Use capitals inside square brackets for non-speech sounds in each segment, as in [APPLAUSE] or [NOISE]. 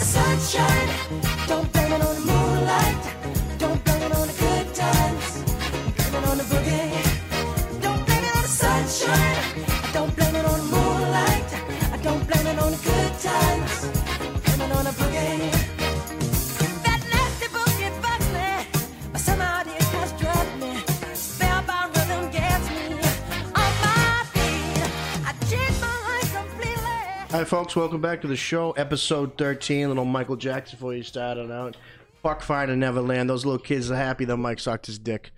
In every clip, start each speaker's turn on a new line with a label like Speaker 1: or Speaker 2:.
Speaker 1: sunshine. Don't blame it on the moonlight. Don't blame it on the good times. Blame it on the boogie. Don't blame it on the sunshine. I don't blame it on the moonlight. I don't blame it on the good times. Blame it on the boogie. That nasty boogie bugs me, but somehow it has drugged me. Spellbound rhythm gets me on my feet. I change my life completely.
Speaker 2: Hi, folks. Welcome back to the show, episode 13. Little Michael Jackson before you start it out. Buck Finder Neverland. Those little kids are happy that Mike sucked his dick.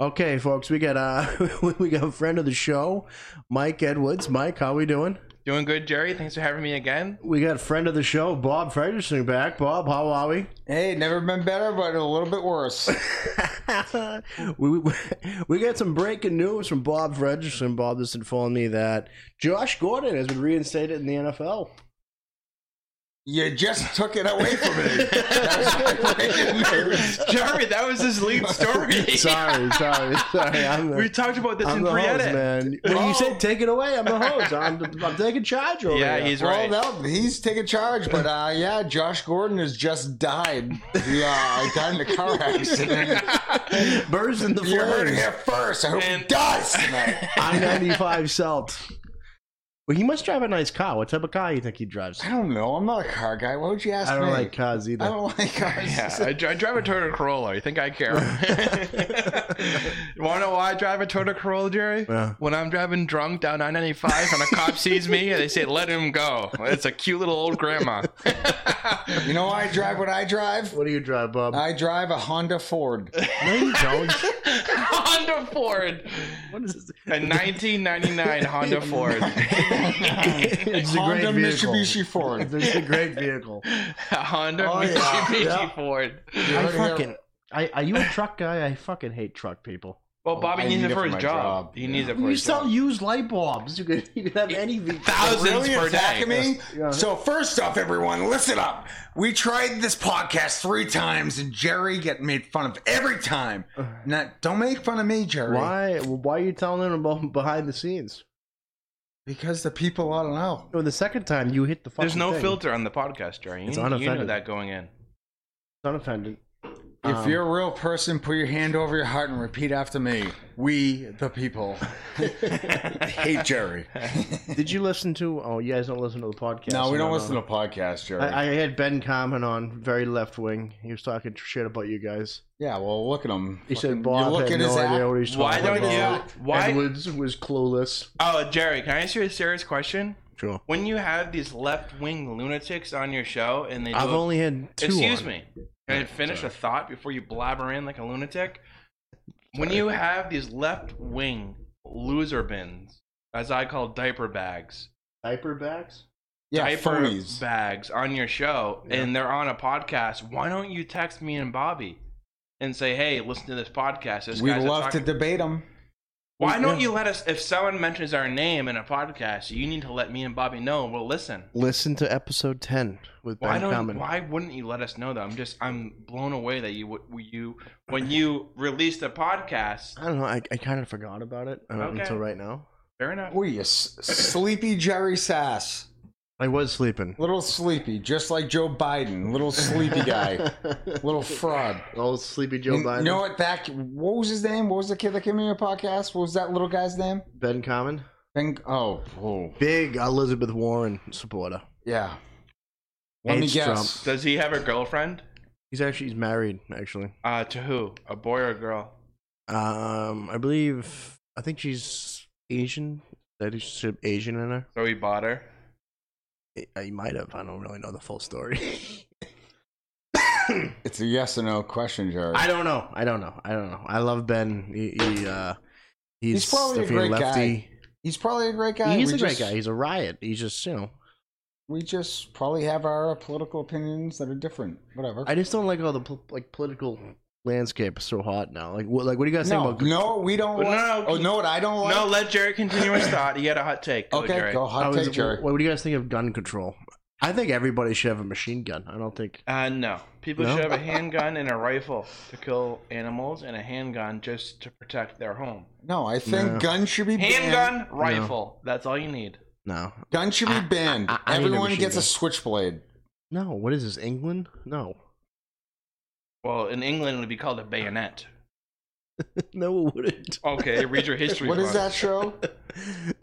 Speaker 2: Okay, folks, we got uh, [LAUGHS] we got a friend of the show, Mike Edwards. Mike, how we doing?
Speaker 3: Doing good, Jerry. Thanks for having me again.
Speaker 2: We got a friend of the show, Bob Frederson, back. Bob, how are we?
Speaker 4: Hey, never been better, but a little bit worse.
Speaker 2: we, we we got some breaking news from Bob Frederson. Bob just informed me that Josh Gordon has been reinstated in the NFL.
Speaker 4: you just took it away [LAUGHS] from me. That's my breaking news.
Speaker 3: [LAUGHS] Jerry, that was his
Speaker 4: [LAUGHS]
Speaker 3: lead story.
Speaker 2: Sorry, sorry, sorry. I'm the-
Speaker 3: we talked about this
Speaker 2: I'm
Speaker 3: in
Speaker 2: the host,
Speaker 3: pre-edit.
Speaker 2: man. When you
Speaker 4: Oh.
Speaker 2: said take it away, I'm the host. I'm, I'm taking charge over
Speaker 3: Yeah,
Speaker 2: here.
Speaker 3: he's
Speaker 4: Well,
Speaker 3: right.
Speaker 4: no, he's taking charge, but uh, yeah, Josh Gordon has just died. Yeah, I died in a [LAUGHS] car accident.
Speaker 2: Birds in the
Speaker 3: [LAUGHS]
Speaker 4: You heard it
Speaker 2: flames.
Speaker 4: here first. I hope
Speaker 3: And-
Speaker 4: he dies tonight.
Speaker 2: I-95 Celt. Well, he must drive a nice car. What type of car you think he drives?
Speaker 4: I don't know. I'm not a car guy. Why would you ask
Speaker 2: I don't
Speaker 4: me?
Speaker 2: like cars either.
Speaker 4: I don't like cars.
Speaker 3: Yeah, I, dri- I drive a Toyota Corolla. You think I care? [LAUGHS] Want to know why I drive a Toyota Corolla, Jerry?
Speaker 2: Yeah.
Speaker 3: When I'm driving drunk down 995 and a cop sees me, they say, "Let him go." It's a cute little old grandma.
Speaker 4: [LAUGHS]
Speaker 3: [LAUGHS]
Speaker 4: You know why I drive what I drive?
Speaker 2: What do you drive, Bob?
Speaker 4: I drive a Honda [LAUGHS] Ford.
Speaker 2: [LAUGHS] no, you don't.
Speaker 3: Honda Ford,
Speaker 2: [LAUGHS] What is this?
Speaker 3: a 1999
Speaker 2: [LAUGHS]
Speaker 3: Honda Ford.
Speaker 2: It's a
Speaker 4: Honda
Speaker 2: great vehicle.
Speaker 4: Mitsubishi Ford.
Speaker 2: It's a great vehicle.
Speaker 3: A Honda
Speaker 4: Oh, yeah.
Speaker 3: Mitsubishi
Speaker 2: Yeah.
Speaker 3: Ford.
Speaker 2: [LAUGHS]
Speaker 4: You
Speaker 2: I
Speaker 4: heard it here
Speaker 2: fucking. I, are you a truck guy? I fucking hate truck people.
Speaker 3: Well, Bobby
Speaker 4: Oh, I
Speaker 3: needs
Speaker 4: need
Speaker 3: it
Speaker 4: it
Speaker 3: for
Speaker 4: for
Speaker 3: his
Speaker 4: my
Speaker 3: job.
Speaker 4: job.
Speaker 3: He needs it for
Speaker 2: You
Speaker 3: his
Speaker 2: sell
Speaker 3: job.
Speaker 2: used light bulbs. You could you could have
Speaker 3: [LAUGHS]
Speaker 2: any vehicle.
Speaker 3: Thousands
Speaker 4: really
Speaker 3: per
Speaker 4: attacking
Speaker 3: day.
Speaker 4: me?
Speaker 2: Yeah.
Speaker 4: So first off, everyone, listen up. We tried this podcast three times, and Jerry get made fun of every time. Now, don't make fun of me, Jerry.
Speaker 2: Why? Why are you telling them about behind the scenes?
Speaker 4: Because the people ought to know.
Speaker 2: No, the second time you hit the fucking.
Speaker 3: There's no
Speaker 2: thing.
Speaker 3: filter on the podcast, Jerry. You,
Speaker 2: It's
Speaker 3: you know
Speaker 2: unoffended.
Speaker 3: that going in.
Speaker 2: Not offended. Oh.
Speaker 4: If you're a real person, put your hand over your heart and repeat after me. We
Speaker 2: [LAUGHS]
Speaker 4: the people. [LAUGHS] I hate Jerry.
Speaker 2: Did you listen to? Oh, you guys don't listen to the podcast.
Speaker 4: no, we don't
Speaker 2: no.
Speaker 4: listen to podcasts, Jerry.
Speaker 2: I, I had Ben Carmen on, very left wing. He was talking shit about you guys.
Speaker 4: yeah, well, look at him.
Speaker 2: He
Speaker 4: Fucking-
Speaker 2: said Bob
Speaker 4: you look
Speaker 2: had
Speaker 4: at his
Speaker 2: no idea
Speaker 4: app.
Speaker 2: what he's
Speaker 3: Why
Speaker 2: talking
Speaker 3: don't
Speaker 2: about.
Speaker 3: you- why-
Speaker 2: Edwards was clueless.
Speaker 3: Oh, Jerry, can I ask you a serious question?
Speaker 2: Sure.
Speaker 3: When you have these left-wing lunatics on your show, and they do
Speaker 2: I've
Speaker 3: a-
Speaker 2: only had two.
Speaker 3: excuse
Speaker 2: on.
Speaker 3: me, can I finish a thought before you blabber in like a lunatic? When you have these left-wing loser bins, as I call diaper bags,
Speaker 2: Diaper bags.
Speaker 4: Yeah,
Speaker 3: diaper
Speaker 4: phonies.
Speaker 3: bags on your show and they're on a podcast, why don't you text me and Bobby and say, "Hey, listen to this podcast." This
Speaker 4: We'd
Speaker 3: guy's a
Speaker 4: love to
Speaker 3: talking-
Speaker 4: debate him.
Speaker 3: Why don't
Speaker 2: yeah.
Speaker 3: you let us? If someone mentions our name in a podcast, you need to let me and Bobby know. and We'll listen.
Speaker 2: Listen to episode ten with
Speaker 3: Why
Speaker 2: Ben
Speaker 3: don't?
Speaker 2: Carmen.
Speaker 3: Why wouldn't you let us know that? I'm just. I'm blown away that you would. You when you released the podcast.
Speaker 2: I don't know. I, I kind of forgot about it uh,
Speaker 3: Okay.
Speaker 2: until right now.
Speaker 3: Fair enough.
Speaker 4: Oh, you s- sleepy Jerry Sass.
Speaker 2: I was sleeping.
Speaker 4: Little sleepy, just like Joe Biden. Little sleepy
Speaker 2: [LAUGHS]
Speaker 4: guy. little fraud.
Speaker 2: Old sleepy Joe
Speaker 4: You
Speaker 2: Biden.
Speaker 4: know what? That what was his name? What was the kid that came in your podcast? What was that little guy's name?
Speaker 2: Ben Carmen.
Speaker 4: Ben, oh, oh,
Speaker 2: Big Elizabeth Warren supporter.
Speaker 4: yeah. Let me
Speaker 2: Hates
Speaker 4: guess.
Speaker 3: Does he have a girlfriend?
Speaker 2: He's actually he's married. Actually,
Speaker 3: Uh, to who? A boy or a girl?
Speaker 2: um, I believe I think she's Asian. That is Asian in her.
Speaker 3: So he bought her.
Speaker 2: I- I might have. I don't really know the full story. [LAUGHS]
Speaker 4: It's a yes or no question, Jerry.
Speaker 2: I don't know. I don't know. I don't know. I love Ben. He, he uh, he's,
Speaker 4: He's probably a
Speaker 2: definitely
Speaker 4: great
Speaker 2: lefty.
Speaker 4: He's probably a great guy.
Speaker 2: He's
Speaker 4: We
Speaker 2: a great
Speaker 4: just-
Speaker 2: guy. He's a riot. He's just you know.
Speaker 4: We just probably have our political opinions that are different. Whatever.
Speaker 2: I just don't like all the pol- like political landscape is so hot now. Like what? Like what do you guys
Speaker 4: no,
Speaker 2: think about?
Speaker 4: no, we don't.
Speaker 3: But
Speaker 4: like,
Speaker 3: no,
Speaker 4: oh, no, what I don't like.
Speaker 3: No, let Jerry continue his thought. He had a hot take. Go,
Speaker 4: okay,
Speaker 3: Jerry.
Speaker 4: go
Speaker 2: I
Speaker 4: hot
Speaker 2: was-
Speaker 4: take, Jerry.
Speaker 2: What, what do you guys think of gun control? I think everybody should have a machine gun. I don't think.
Speaker 3: Uh, no. People
Speaker 2: No?
Speaker 3: should have a handgun and a rifle to kill animals, and a handgun just to protect their home.
Speaker 4: No, I think
Speaker 2: No.
Speaker 4: guns should be banned.
Speaker 3: Handgun, rifle. That's all you need.
Speaker 2: No,
Speaker 4: Gun should be banned.
Speaker 2: I- I need a
Speaker 4: Everyone
Speaker 2: machine
Speaker 4: gets
Speaker 2: gun.
Speaker 4: a switchblade.
Speaker 2: No, what is this? England? No, [LAUGHS]
Speaker 3: Well, in England, it would be called a bayonet.
Speaker 2: no, it wouldn't. [LAUGHS]
Speaker 3: Okay, read your history.
Speaker 4: What is
Speaker 3: book.
Speaker 4: that show?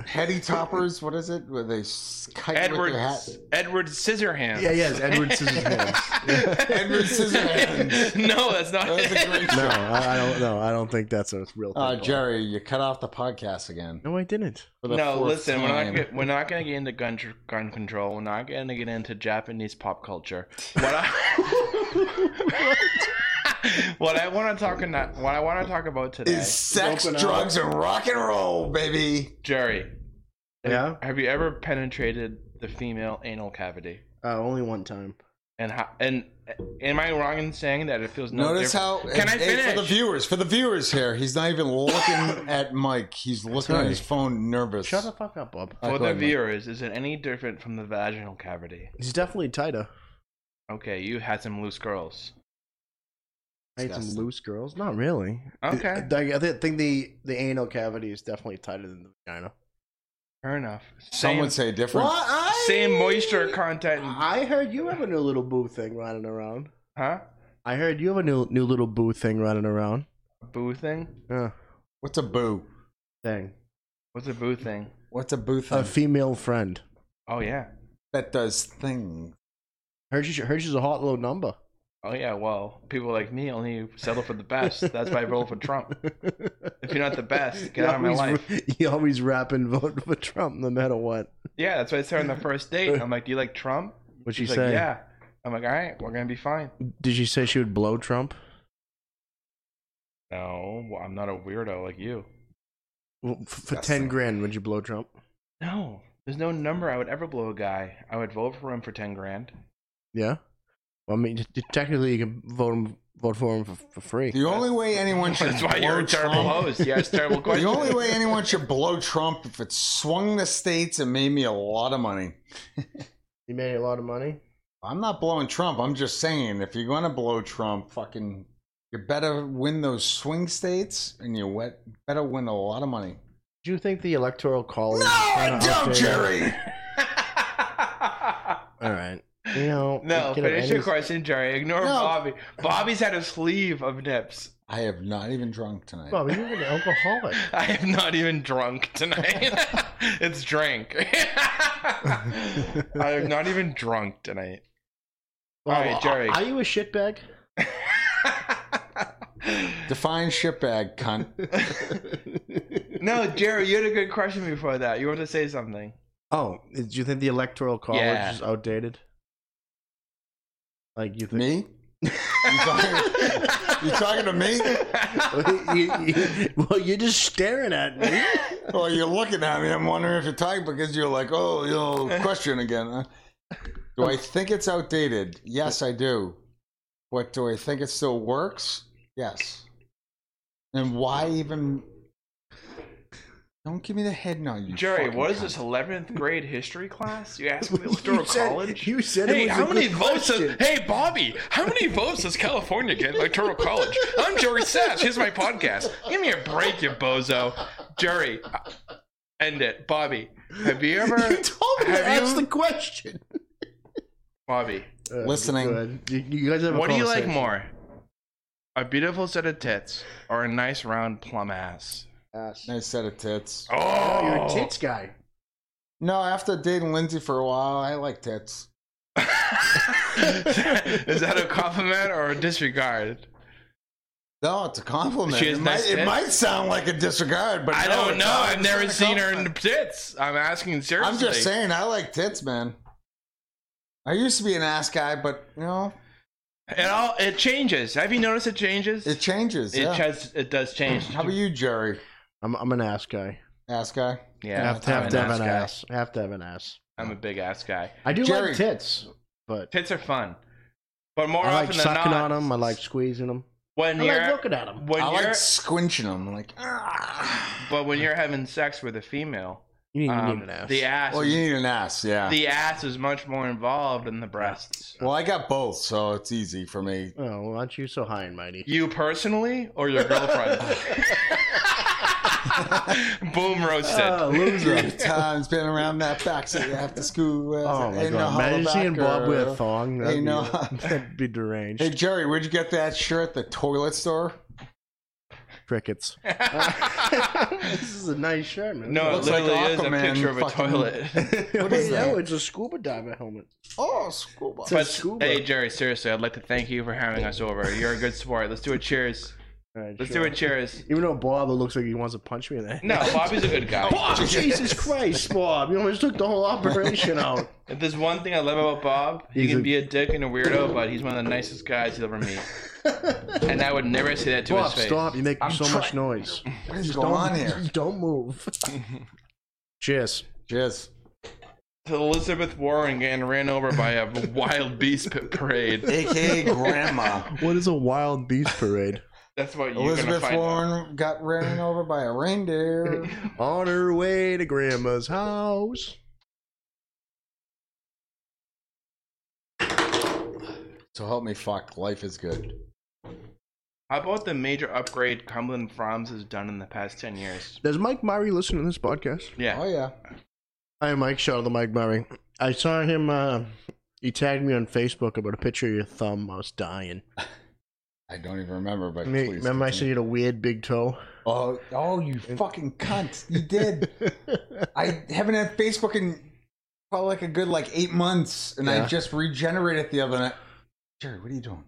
Speaker 4: Heady toppers. What is it? Where they s- kite with
Speaker 3: Edward
Speaker 4: their hat?
Speaker 3: Edward Scissorhands.
Speaker 2: yeah, yes, Edward Scissorhands.
Speaker 3: [LAUGHS]
Speaker 4: Edward Scissorhands.
Speaker 3: no, that's not.
Speaker 4: That was a
Speaker 3: it.
Speaker 4: great
Speaker 2: no,
Speaker 4: show.
Speaker 2: I, I don't. No, I don't think that's a real. Thing
Speaker 4: Uh, Jerry, you cut off the podcast again.
Speaker 2: No, I didn't.
Speaker 4: for the
Speaker 3: No,
Speaker 4: fourth
Speaker 3: listen, we're
Speaker 4: time.
Speaker 3: not get, we're not gonna get into gun tr- gun control. We're not gonna get into Japanese pop culture. What I [LAUGHS] what I want to talk about, what I want to talk about today,
Speaker 4: Is sex,
Speaker 2: Open up.
Speaker 4: drugs, and rock and roll, baby.
Speaker 3: Jerry.
Speaker 2: Yeah?
Speaker 3: Have you ever penetrated the female anal cavity?
Speaker 2: Uh, only one time.
Speaker 3: And how, and am I wrong in saying that it feels no
Speaker 4: Notice
Speaker 3: different?
Speaker 4: how.
Speaker 3: Can I
Speaker 4: hey, For the
Speaker 3: finish?
Speaker 4: viewers, for the viewers here, he's not even looking at Mike. He's looking at his phone, nervous.
Speaker 2: Shut the fuck up, Bob.
Speaker 4: I
Speaker 3: For
Speaker 4: thought
Speaker 3: the
Speaker 4: Mike-
Speaker 3: viewers, is it any different from the vaginal cavity?
Speaker 2: He's definitely tighter.
Speaker 3: Okay, you had some loose girls.
Speaker 2: I had some
Speaker 4: Disgusting.
Speaker 2: loose girls. Not really.
Speaker 3: Okay.
Speaker 2: I, I think the the anal cavity is definitely tighter than the vagina.
Speaker 3: Fair enough.
Speaker 4: Some
Speaker 3: Same,
Speaker 4: would say different.
Speaker 2: I,
Speaker 3: same moisture content, and-
Speaker 2: I heard you have a new little boo thing running around.
Speaker 3: huh?
Speaker 2: I heard you have a new new little boo thing running around.
Speaker 3: Boo thing?
Speaker 2: Uh,
Speaker 4: What's a boo?
Speaker 2: thing.
Speaker 3: What's a boo thing?
Speaker 4: What's a boo thing?
Speaker 2: A female friend.
Speaker 3: Oh yeah.
Speaker 4: that does thing.
Speaker 2: Heard she's, heard she's a hot little number.
Speaker 3: Oh yeah. Well, people like me only settle for the best. That's why I roll for [LAUGHS] Trump. If you're not
Speaker 2: [LAUGHS]
Speaker 3: the best, get out of my life.
Speaker 2: You always rap and vote for Trump no matter what.
Speaker 3: Yeah, that's why I said on the first date. I'm like, do you like Trump?
Speaker 2: What'd she
Speaker 3: She's
Speaker 2: say?
Speaker 3: like, yeah. I'm like, all right, we're gonna be fine.
Speaker 2: Did she say she would blow Trump?
Speaker 3: No, well, I'm not a weirdo like you.
Speaker 2: Well, f- for
Speaker 4: Disgusting.
Speaker 2: 10 grand, would you blow Trump?
Speaker 3: No, there's no number I would ever blow a guy. I would vote for him for ten grand.
Speaker 2: Yeah. Well, I mean, t- t- technically, you can vote him, vote for him for, for free.
Speaker 4: The only way anyone
Speaker 3: [LAUGHS] [LAUGHS]
Speaker 4: should
Speaker 3: That's why you're
Speaker 4: blow
Speaker 3: a terrible
Speaker 4: Trump-
Speaker 3: host. You ask [LAUGHS] terrible
Speaker 4: The
Speaker 3: questions.
Speaker 4: only way anyone should blow Trump if it swung the states and made me a lot of money.
Speaker 2: You made a lot of money.
Speaker 4: I'm not blowing Trump. I'm just saying, if you're going to blow Trump, fucking, you better win those swing states, and you wet, better win a lot of money.
Speaker 2: Do you think the electoral college?
Speaker 4: No, I don't, Jerry.
Speaker 2: All right. You know,
Speaker 3: no,
Speaker 2: you could have
Speaker 3: finish your
Speaker 2: any-
Speaker 3: question, Jerry. Ignore
Speaker 4: No.
Speaker 3: Bobby. Bobby's had a sleeve of nips.
Speaker 4: I have not even drunk tonight.
Speaker 2: Well, you're an alcoholic.
Speaker 3: I am not even drunk tonight. [LAUGHS] it's drink. [LAUGHS] I am not even drunk tonight. All right, Jerry.
Speaker 2: Are you a shitbag?
Speaker 4: Define shitbag, cunt.
Speaker 3: no, Jerry, you had a good question before that. You wanted to say something.
Speaker 2: [LAUGHS] Oh, do you think the electoral college
Speaker 3: Yeah.
Speaker 2: is outdated? Like you [LAUGHS] think?
Speaker 4: me? You talking,
Speaker 3: [LAUGHS]
Speaker 4: you talking to me?
Speaker 2: You- you- well, you're just staring at
Speaker 3: [LAUGHS]
Speaker 2: me.
Speaker 4: Or you're looking at me? I'm wondering if you're talking because you're like, oh, you know, question again. huh? Do I think it's outdated? Yes, I do. What do I think it still works? Yes. And why even? Don't give me the head nod, you
Speaker 3: Jerry,
Speaker 4: fucking
Speaker 3: what is
Speaker 4: cunt.
Speaker 3: this, 11th grade history class? You asked me to throw
Speaker 2: said,
Speaker 3: college?
Speaker 2: You said it
Speaker 3: Hey,
Speaker 2: was
Speaker 3: how
Speaker 2: a
Speaker 3: many
Speaker 2: good
Speaker 3: votes? Does, [LAUGHS]
Speaker 2: question.
Speaker 3: hey, Bobby, how many votes does California get in electoral college? I'm Jerry Sass. Here's my podcast. Give me a break, you bozo. Jerry, end it. Bobby, have you
Speaker 2: [LAUGHS]
Speaker 3: ever?
Speaker 2: You told me to
Speaker 3: Have
Speaker 2: ask
Speaker 3: you-
Speaker 2: the question.
Speaker 3: [LAUGHS] Bobby,
Speaker 4: Listening.
Speaker 2: good. You, you guys have a
Speaker 3: what do you like
Speaker 2: conversation.
Speaker 3: more? A beautiful set of tits or a nice round plum ass?
Speaker 2: Ass.
Speaker 4: Nice set of tits.
Speaker 3: Oh,
Speaker 2: Oh, you're a tits guy.
Speaker 4: No, after dating Lindsay for a while, I like tits.
Speaker 3: [LAUGHS] Is that a compliment or a disregard?
Speaker 4: No, it's a compliment.
Speaker 3: She has
Speaker 4: It, might,
Speaker 3: nice
Speaker 4: it
Speaker 3: tits?
Speaker 4: might sound like a disregard, but
Speaker 3: I
Speaker 4: no,
Speaker 3: don't
Speaker 4: it's
Speaker 3: know.
Speaker 4: not.
Speaker 3: I've
Speaker 4: It's
Speaker 3: never
Speaker 4: not a
Speaker 3: seen her in
Speaker 4: compliment.
Speaker 3: the tits. I'm asking seriously.
Speaker 4: I'm just saying, I like tits, man. I used to be an ass guy, but you know,
Speaker 3: It all it changes. Have you noticed it changes?
Speaker 4: it changes.
Speaker 3: It
Speaker 4: yeah.
Speaker 3: does. It does change.
Speaker 4: How about you, Jerry?
Speaker 2: I'm I'm an ass guy.
Speaker 4: Ass guy.
Speaker 2: I
Speaker 3: Yeah,
Speaker 2: have to
Speaker 3: I'm
Speaker 2: have, to
Speaker 3: an
Speaker 2: have
Speaker 3: ass
Speaker 2: an
Speaker 3: guy.
Speaker 2: ass. I have to have an ass.
Speaker 3: I'm a big ass guy.
Speaker 2: I do
Speaker 4: Jerry.
Speaker 2: like tits, but
Speaker 3: Tits are fun, but more
Speaker 2: I like
Speaker 3: often than
Speaker 2: sucking
Speaker 3: not,
Speaker 2: on them. I like squeezing them.
Speaker 3: when
Speaker 2: I
Speaker 3: you're
Speaker 2: like looking at them.
Speaker 3: when
Speaker 4: I
Speaker 3: you're
Speaker 4: like squinching them. Like, ah.
Speaker 3: but when you're having sex with a female,
Speaker 2: You need, you
Speaker 3: um,
Speaker 2: need an ass.
Speaker 3: the ass,
Speaker 4: well,
Speaker 3: is-
Speaker 4: you need an ass, yeah.
Speaker 3: the ass is much more involved than the breasts.
Speaker 4: well, I got both, so it's easy for me.
Speaker 2: Oh, well, aren't you so high and mighty? [LAUGHS]
Speaker 3: You personally or your girlfriend? Boom roasted. [LAUGHS]
Speaker 2: Oh, loser.
Speaker 4: Good times been around that backseat
Speaker 2: [LAUGHS]
Speaker 4: after school. uh,
Speaker 2: Oh my
Speaker 4: ain't no
Speaker 2: god! Imagine
Speaker 4: hollaback
Speaker 2: seeing Bob
Speaker 4: or-
Speaker 2: with a thong. That'd,
Speaker 4: ain't
Speaker 2: be,
Speaker 4: no-
Speaker 2: [LAUGHS] that'd be deranged.
Speaker 4: Hey Jerry, where'd you get that shirt? at The toilet store?
Speaker 2: Crickets. [LAUGHS] this is a nice shirt, man.
Speaker 3: no, it
Speaker 4: Looks like
Speaker 3: literally is a
Speaker 4: Aquaman
Speaker 3: picture of a
Speaker 4: fucking-
Speaker 3: toilet. [LAUGHS]
Speaker 2: [LAUGHS] what
Speaker 4: is that?
Speaker 2: it's a scuba diver helmet.
Speaker 4: Oh, school bus.
Speaker 2: a
Speaker 3: But
Speaker 2: scuba.
Speaker 3: hey, Jerry, seriously, I'd like to thank you for having us over. You're a good sport. Let's do a cheers.
Speaker 2: All right,
Speaker 3: Let's
Speaker 2: sure.
Speaker 3: do a cheers.
Speaker 2: Even though Bob looks like he wants to punch me in the head.
Speaker 3: No, Bobby's a good [LAUGHS] guy.
Speaker 2: Bob, [LAUGHS]
Speaker 4: [LAUGHS]
Speaker 2: Jesus Christ, Bob! You almost took the whole
Speaker 3: [LAUGHS]
Speaker 2: operation out.
Speaker 3: If there's one thing I love about Bob, he
Speaker 2: He's
Speaker 3: can
Speaker 2: a-
Speaker 3: be a dick and a weirdo, but he's one of the nicest guys you'll ever [LAUGHS] meet. And I would never say that to
Speaker 2: Bob,
Speaker 3: his face.
Speaker 2: stop! You make
Speaker 4: I'm
Speaker 2: so much
Speaker 4: trying-
Speaker 2: noise.
Speaker 4: What is
Speaker 2: Don't-
Speaker 4: going on here?
Speaker 2: [LAUGHS] Don't
Speaker 3: [LAUGHS]
Speaker 2: move. Cheers.
Speaker 4: Cheers.
Speaker 3: To Elizabeth Warren getting ran over by [LAUGHS] a wild beast p- parade.
Speaker 4: AKA
Speaker 3: [LAUGHS]
Speaker 4: Grandma.
Speaker 2: What is a wild beast parade?
Speaker 3: That's what you're gonna
Speaker 4: Elizabeth
Speaker 3: find. out.
Speaker 4: Warren got ran over by
Speaker 2: [LAUGHS]
Speaker 4: a reindeer.
Speaker 2: On her way to Grandma's house.
Speaker 4: so help me fuck, life is good.
Speaker 3: How about the major upgrade Cumberland Farms has done in the past ten years?
Speaker 2: Does Mike Murray listen to this podcast?
Speaker 3: Yeah.
Speaker 4: Oh yeah.
Speaker 2: Hi, Mike. Shout out to Mike Murray. I saw him. Uh, he tagged me on Facebook about a picture of your thumb. I was dying.
Speaker 4: I don't even remember, but
Speaker 2: Me-
Speaker 4: Uh, please.
Speaker 2: Remember, I said you
Speaker 4: continue.
Speaker 2: had a weird big toe.
Speaker 4: Oh, oh, you fucking cunt! You did. I haven't had Facebook in probably like a good like eight months, and
Speaker 2: Yeah.
Speaker 4: I just regenerated the other night. Jerry, what are you doing?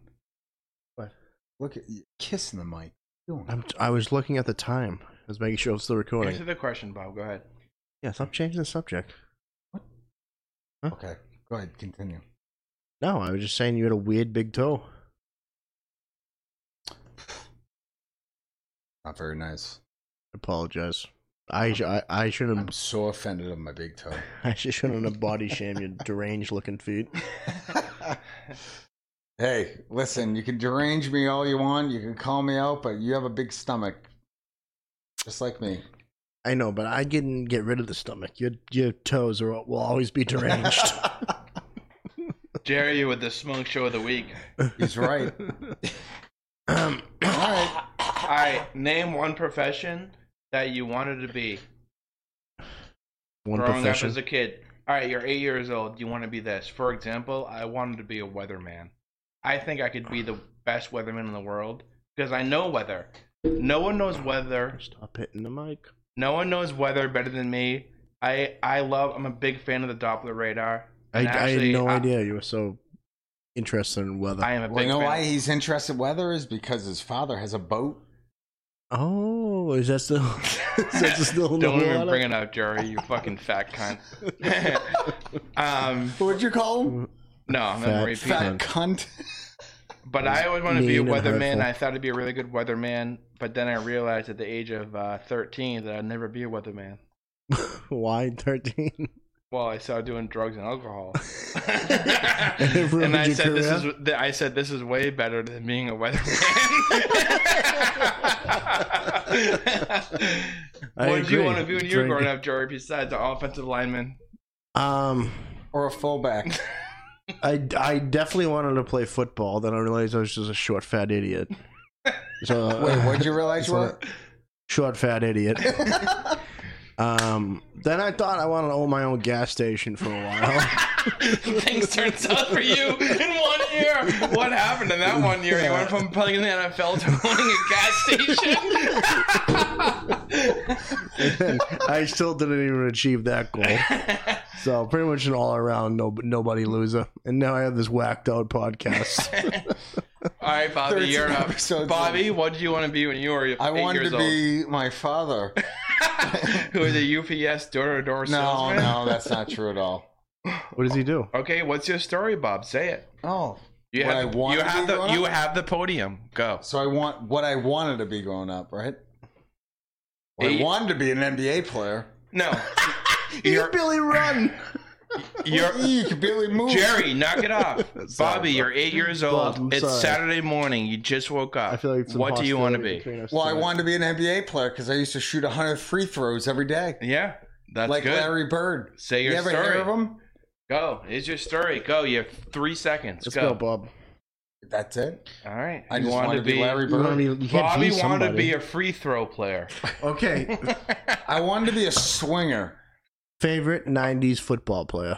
Speaker 2: What?
Speaker 4: Look at you kissing the mic. What are you doing?
Speaker 2: [LAUGHS] I'm, I was looking at the time. I was making sure it was still
Speaker 3: Answer
Speaker 2: recording.
Speaker 3: the question, Bob. Go ahead.
Speaker 2: Yeah, stop changing the subject.
Speaker 4: Okay, go ahead, continue.
Speaker 2: No, I was just saying you had a weird big toe.
Speaker 4: Not very nice.
Speaker 2: Apologize. I sh- I, I
Speaker 4: I'm
Speaker 2: shouldn't [LAUGHS]
Speaker 4: so offended of my big toe.
Speaker 2: I sh- shouldn't have body shamed your deranged looking feet.
Speaker 4: [LAUGHS] hey, listen, you can derange me all you want. You can call me out, but you have a big stomach, just like me.
Speaker 2: I know, but I didn't get rid of the stomach. Your your toes are will always be deranged.
Speaker 3: Jerry with the smoke show of the week.
Speaker 4: [LAUGHS]
Speaker 3: [LAUGHS]
Speaker 4: He's right.
Speaker 2: Um,
Speaker 4: all right.
Speaker 3: All right, name one profession that you wanted to be
Speaker 2: one
Speaker 3: growing
Speaker 2: profession.
Speaker 3: up as a kid. All right, you're eight years old. You want to be this. For example, I wanted to be a weatherman. I think I could be the best weatherman in the world because I know weather. No one knows weather.
Speaker 2: Stop hitting the mic.
Speaker 3: No one knows weather better than me. I I love. I'm a big fan of the Doppler radar.
Speaker 2: I,
Speaker 3: And
Speaker 2: I had
Speaker 3: actually,
Speaker 2: no
Speaker 3: I-
Speaker 2: idea you were so interested in weather.
Speaker 3: I am a big
Speaker 4: Well, you know
Speaker 3: fan.
Speaker 4: why he's interested in weather is because his father has a boat.
Speaker 2: oh, is that still? [LAUGHS] is
Speaker 3: [LAUGHS]
Speaker 2: that still in the
Speaker 3: Don't even
Speaker 2: water?
Speaker 3: bring it up, Jerry. You fucking fat
Speaker 2: [LAUGHS]
Speaker 3: cunt. [LAUGHS] um,
Speaker 4: What'd you call him?
Speaker 3: no, I'm
Speaker 2: Fat
Speaker 3: gonna repeat it.
Speaker 4: Fat cunt. [LAUGHS]
Speaker 3: But I always wanted to be a
Speaker 2: mean and
Speaker 3: weatherman.
Speaker 2: hurtful.
Speaker 3: I thought I'd be a really good weatherman, but then I realized at the age of uh, 13 that I'd never be a weatherman.
Speaker 2: Why thirteen?
Speaker 3: Well, I started doing drugs and
Speaker 2: [LAUGHS]
Speaker 3: alcohol, [LAUGHS]
Speaker 2: it ruined
Speaker 3: and I
Speaker 2: your
Speaker 3: said this is
Speaker 2: career?
Speaker 3: th- I said this is way better than being a
Speaker 2: [LAUGHS]
Speaker 3: weatherman.
Speaker 2: I
Speaker 3: [LAUGHS] what did you
Speaker 2: agree.
Speaker 3: want to be when you were
Speaker 2: Drink-
Speaker 3: growing up, Jory? Besides an offensive lineman,
Speaker 2: Um,
Speaker 4: Or
Speaker 3: [LAUGHS]
Speaker 4: a fullback.
Speaker 2: I, I definitely wanted to play football. Then I realized I was just a short fat
Speaker 3: [LAUGHS]
Speaker 2: idiot. So
Speaker 4: Wait, what'd you realize you were?
Speaker 2: short fat
Speaker 3: [LAUGHS]
Speaker 2: idiot. um, then I thought I wanted to own my own gas station for a while. [LAUGHS]
Speaker 3: [LAUGHS] things turned south for you in one year. What happened in that one year? You went from playing in the NFL to owning a gas station.
Speaker 2: and I still didn't even achieve that goal.
Speaker 3: [LAUGHS]
Speaker 2: So pretty much an all around no, nobody loser. And now I have this whacked out
Speaker 3: [LAUGHS]
Speaker 2: podcast.
Speaker 3: [LAUGHS] All right, Bobby,
Speaker 4: 13
Speaker 3: you're up.
Speaker 4: episodes
Speaker 3: Bobby, what did you want to be when you were eight
Speaker 4: I wanted
Speaker 3: years
Speaker 4: to
Speaker 3: old?
Speaker 4: be my father.
Speaker 3: Who is a UPS door-to-door [LAUGHS]
Speaker 4: No,
Speaker 3: salesman?
Speaker 4: no, that's not true at all.
Speaker 2: what does he do?
Speaker 3: Okay, what's your story, Bob? Say it.
Speaker 4: Oh,
Speaker 3: You
Speaker 4: What I
Speaker 3: have,
Speaker 4: wanted
Speaker 3: you
Speaker 4: to
Speaker 3: have
Speaker 4: be
Speaker 3: the
Speaker 4: growing
Speaker 3: you
Speaker 4: up?
Speaker 3: have the podium. Go.
Speaker 4: so I want what I wanted to be growing up, right? Well,
Speaker 3: Eight-
Speaker 4: I wanted to be an NBA player.
Speaker 3: No, [LAUGHS] you're,
Speaker 2: Billy Run.
Speaker 3: [LAUGHS]
Speaker 4: [LAUGHS]
Speaker 3: you're
Speaker 4: you could barely move.
Speaker 3: Jerry. Knock it off,
Speaker 2: [LAUGHS]
Speaker 3: Bobby.
Speaker 2: Sorry,
Speaker 3: You're eight years
Speaker 2: Bob,
Speaker 3: old.
Speaker 2: I'm
Speaker 3: it's
Speaker 2: sorry.
Speaker 3: Saturday morning. You just woke up.
Speaker 2: I feel like it's some
Speaker 3: what do you want to
Speaker 2: hostility
Speaker 3: be?
Speaker 2: between us
Speaker 4: Well, I
Speaker 2: tonight.
Speaker 4: wanted to be an NBA player because I used to shoot 100 free throws every day,
Speaker 3: Yeah, that's
Speaker 4: like
Speaker 3: good.
Speaker 4: Larry Bird.
Speaker 3: Say your
Speaker 4: you ever
Speaker 3: story.
Speaker 4: hear of him?
Speaker 3: Go. Here's your story. Go. You have three seconds.
Speaker 2: Let's
Speaker 3: go.
Speaker 2: go, Bob.
Speaker 4: That's it.
Speaker 3: All right.
Speaker 4: I
Speaker 3: You
Speaker 4: just
Speaker 3: wanted
Speaker 4: want to be, Larry
Speaker 2: You,
Speaker 4: Bird.
Speaker 2: wanna be- you can't
Speaker 3: Bobby
Speaker 2: be
Speaker 3: wanted to
Speaker 2: somebody.
Speaker 3: be a free throw player.
Speaker 2: okay.
Speaker 4: I wanted to be a swinger.
Speaker 2: Favorite '90s football player?